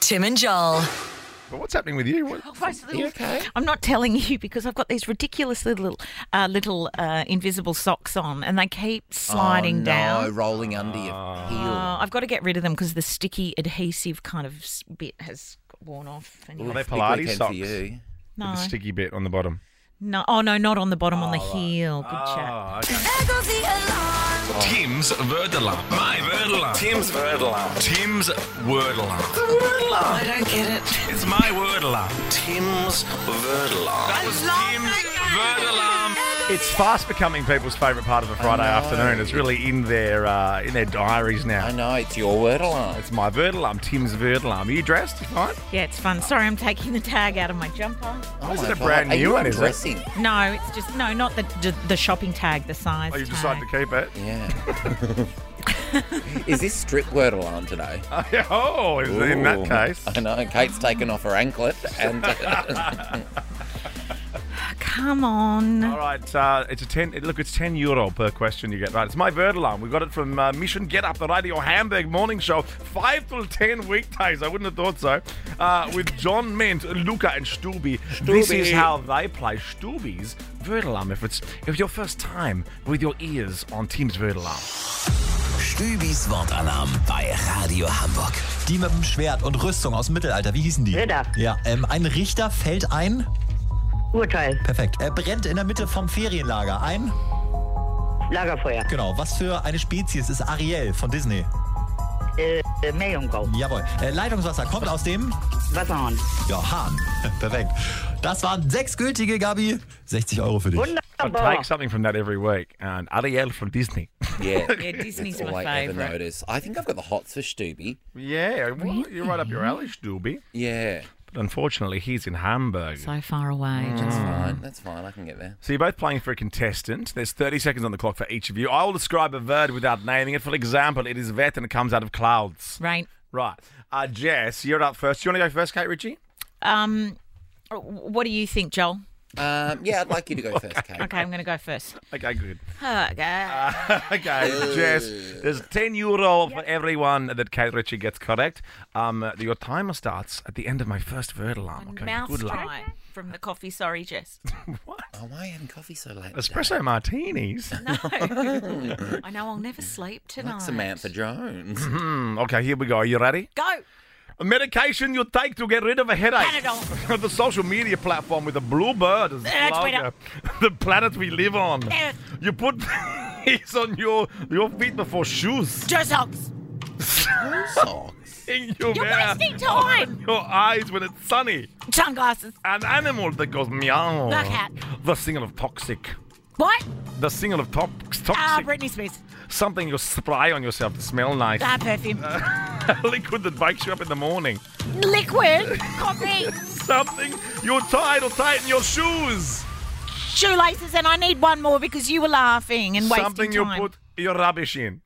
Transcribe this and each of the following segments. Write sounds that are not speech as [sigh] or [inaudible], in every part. Tim and Joel. But what's happening with you? What, [laughs] Those little- you okay? I'm not telling you because I've got these ridiculous little uh, little uh, invisible socks on, and they keep sliding oh, no, down. rolling under your Oh. heel. Uh, I've got to get rid of them because the sticky adhesive kind of s- bit has worn off. Are Anyway, they Big Pilates weekend socks? for you. no, With the sticky bit on the bottom. no, oh no, not on the bottom, on the heel. Good chat. Oh, okay. Tim's word alarm. My word alarm. Tim's word alarm. Tim's word alarm. The word alarm. I don't get it. It's my word alarm. Tim's word alarm. That was Tim's word alarm. It's fast becoming people's favourite part of a Friday afternoon. It's really in their uh, in their diaries I now. know, it's your word alarm. It's my vert alarm, Tim's vert alarm. Are you dressed? You fine? Yeah, it's fun. Sorry, I'm taking the tag out of my jumper. Oh Is my it a God. brand Are new you one, is it? undressing? No, it's just no, not the the- the shopping tag, the size. Oh, you've tag. decided to keep it. [laughs] [laughs] [laughs] Yeah. is this strip word [laughs] alarm today? Oh, is it in Ooh. that case. I know, Kate's taken off her anklet and uh, [laughs] Come [laughs] on. All right, uh, it's a ten. Look, it's ten euro per question you get right. It's my vert alarm. We got it from uh, Mission Get Up, the Radio Hamburg morning show, five till ten weekdays. I wouldn't have thought so. Uh, with John Mint, Luca, and Stubi. This is how they play Stubi's vert alarm. If it's if your first time with your ears on Team's vert alarm. Stübis Wortalarm bei Radio Hamburg. Die mit dem Schwert und Rüstung aus dem Mittelalter, wie hießen die? Ritter. Ja, ähm, ein Richter fällt ein. Urteil, Perfekt. Er brennt in der Mitte vom Ferienlager ein. Lagerfeuer, Genau. Was für eine Spezies ist Ariel von Disney? äh, äh, Meerjungfrau, Jawohl. Äh, Leitungswasser kommt aus dem. Wasserhahn. Ja, Hahn. [laughs] Perfekt. Das waren sechs gültige, Gabi. 60 Euro für dich. I Wunderbar. take something from that every week. And Ariel from Disney. yeah. Yeah, Disney's All my I ever favourite. notice. I think I've got the hots for Stubby. yeah, well, you're right up your alley, Stubi. Yeah, But unfortunately, he's in Hamburg. So far away. Just Mm. fine. That's fine. I can get there. So you're both playing for a contestant. There's 30 seconds on the clock for each of you. I will describe a word without naming it. For example, it is vet and it comes out of clouds. rain. Right. Uh, Jess, you're up first. Do you want to go first, Kate Ritchie? Um, what do you think, Joel? Um, yeah, I'd like you [laughs] to go first, Kate. Okay, I'm going to go first. Okay, good. [laughs] Okay. Ah, okay, Jess, there's 10 euro for everyone that Kate Ritchie gets correct. Um, uh, your timer starts at the end of my first word alarm. Okay, Mouth good luck. dry from the coffee. Sorry, [laughs] Jess. [laughs] What? Oh, why are you having coffee so late? Espresso martinis. No. I know I'll never sleep tonight. Like Samantha Jones. Hmm, okay, here we go. Are you ready? Go. A medication you take to get rid of a headache. [laughs] Panadol. the social media platform with a blue bird as the Uh, logo. [laughs] The planet we live on. Earth. You put [laughs] these on your your feet before shoes. [laughs] Joe socks. Socks. In your You're hair. wasting time. Your eyes when it's sunny. Sunglasses. An animal that goes meow. The cat. The single of toxic. What? The single of tox- Ah, toxic. Britney Spears. Something you spray on yourself to smell nice. Ah, perfume. Ah. [laughs] Liquid that wakes you up in the morning. Liquid. Coffee. Something you tie to tighten your shoes. Shoelaces. And I need one more because you were laughing and wasting something you time. put your rubbish in.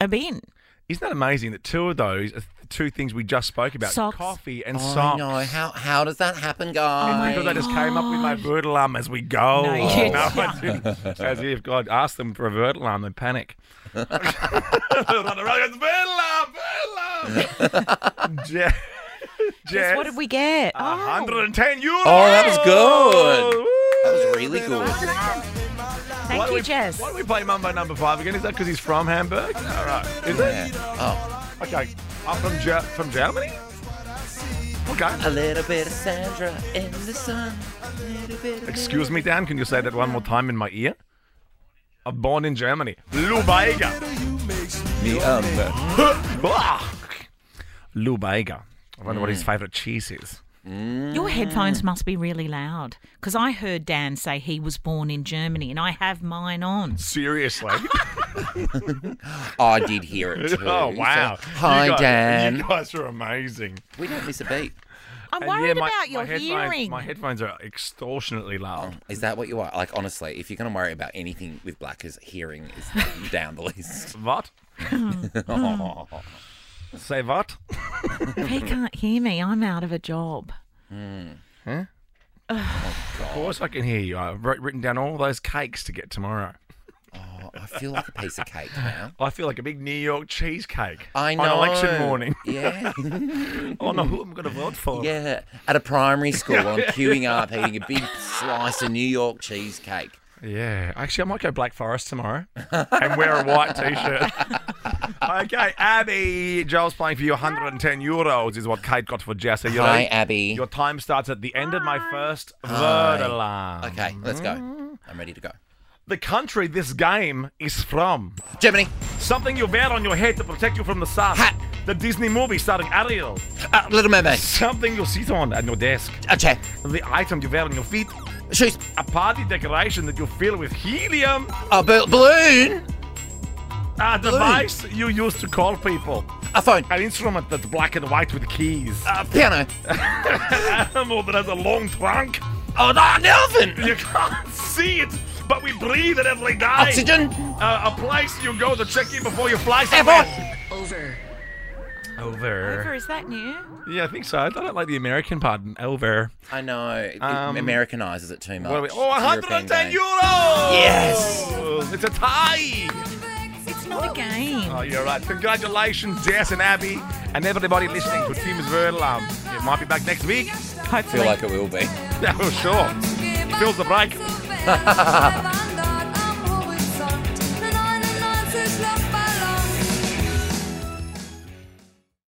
A bin. Isn't that amazing that two of those are the two things we just spoke about Socks. coffee and Oh, socks? no. How, how does that Oh happen, guys? Because I just came up with my word alarm as we go. [laughs] No, you I didn't. As if God asked them for a word alarm, they [laughs] panic. Run around, it's word alarm, word [laughs] alarm. Je- Guess Jess, What did we get? Uh-huh. Oh. 110 euros. Oh, that was good. That was really Woo! good. Why Oh, Thank do you, we, Jess. Why do we play Mumbo number five again? Is that because he's from Hamburg? All right. Is it? Yeah. Oh, Okay, I'm from Ger- from Germany. Okay. a little bit of Sandra in the sun. A little bit of Excuse me, Dan. Can you say that one more time in my ear? I'm born in Germany. Lubaiga. me. Um, Lubaiga. I wonder Mm. what his favorite cheese is. Your Mm. headphones must be really loud because I heard Dan say he was born in Germany and I have mine on. Seriously. Ah, I did hear it [laughs] too. oh so- wow. hi, You guys- Dan. You guys are amazing. We don't miss a beat. I'm And worried yeah, my- about your my headphones- hearing. My headphones are extortionately loud. Is that what you are? Like, honestly, if you're going to worry about anything with blackers, hearing is [laughs] down [laughs] the list. Oh, What? Hmm. Say what? If he can't hear me, I'm out of a job. Of course I can hear you. I've wrote- written down all those cakes to get tomorrow. I feel like a piece of cake now. I feel like a big New York cheesecake I know. on election [laughs] morning. [laughs] Yeah. Oh no, who am I going to vote for? Yeah. At a primary school, I'm queuing up, eating a big slice of New York cheesecake. Yeah. Actually, I might go Black Forest tomorrow and wear a white [laughs] T-shirt. okay, Abby, Joel's playing for you. 110 euros is what Kate got for Jess. Are you Hi, ready? Abby. Your time starts at the end of my first word alarm. Okay, let's go. I'm ready to go. The country this game is from. Germany. Something you wear on your head to protect you from the sun. Hat. The Disney movie starring Ariel. Uh, Little Mermaid. Something you sit on at your desk. A chair. The item you wear on your feet. Shoes. A party decoration that you fill with helium. A bal- balloon. A device you use to call people. A phone. An instrument that's black and white with [laughs] keys. A piano. An animal Um, that has a long trunk. Oh, no, an elephant. You can't see it, but we breathe it every day. Oxygen. Uh, a place you go to check in before you fly somewhere. Airport. Over, Over. is that new? Yeah, I think so. I don't like the American pardon. Over. I know. It Um, Americanizes it too much. What are we? Oh, It's a European 110 game. euros! Yes! It's a tie! It's not a game. Oh, you're right. Congratulations, Jess and Abby, and everybody listening to Teams Verlam. It might be back next week. [laughs] I feel Hopefully. like it will be. [laughs] Yeah, sure. Fills the break. break.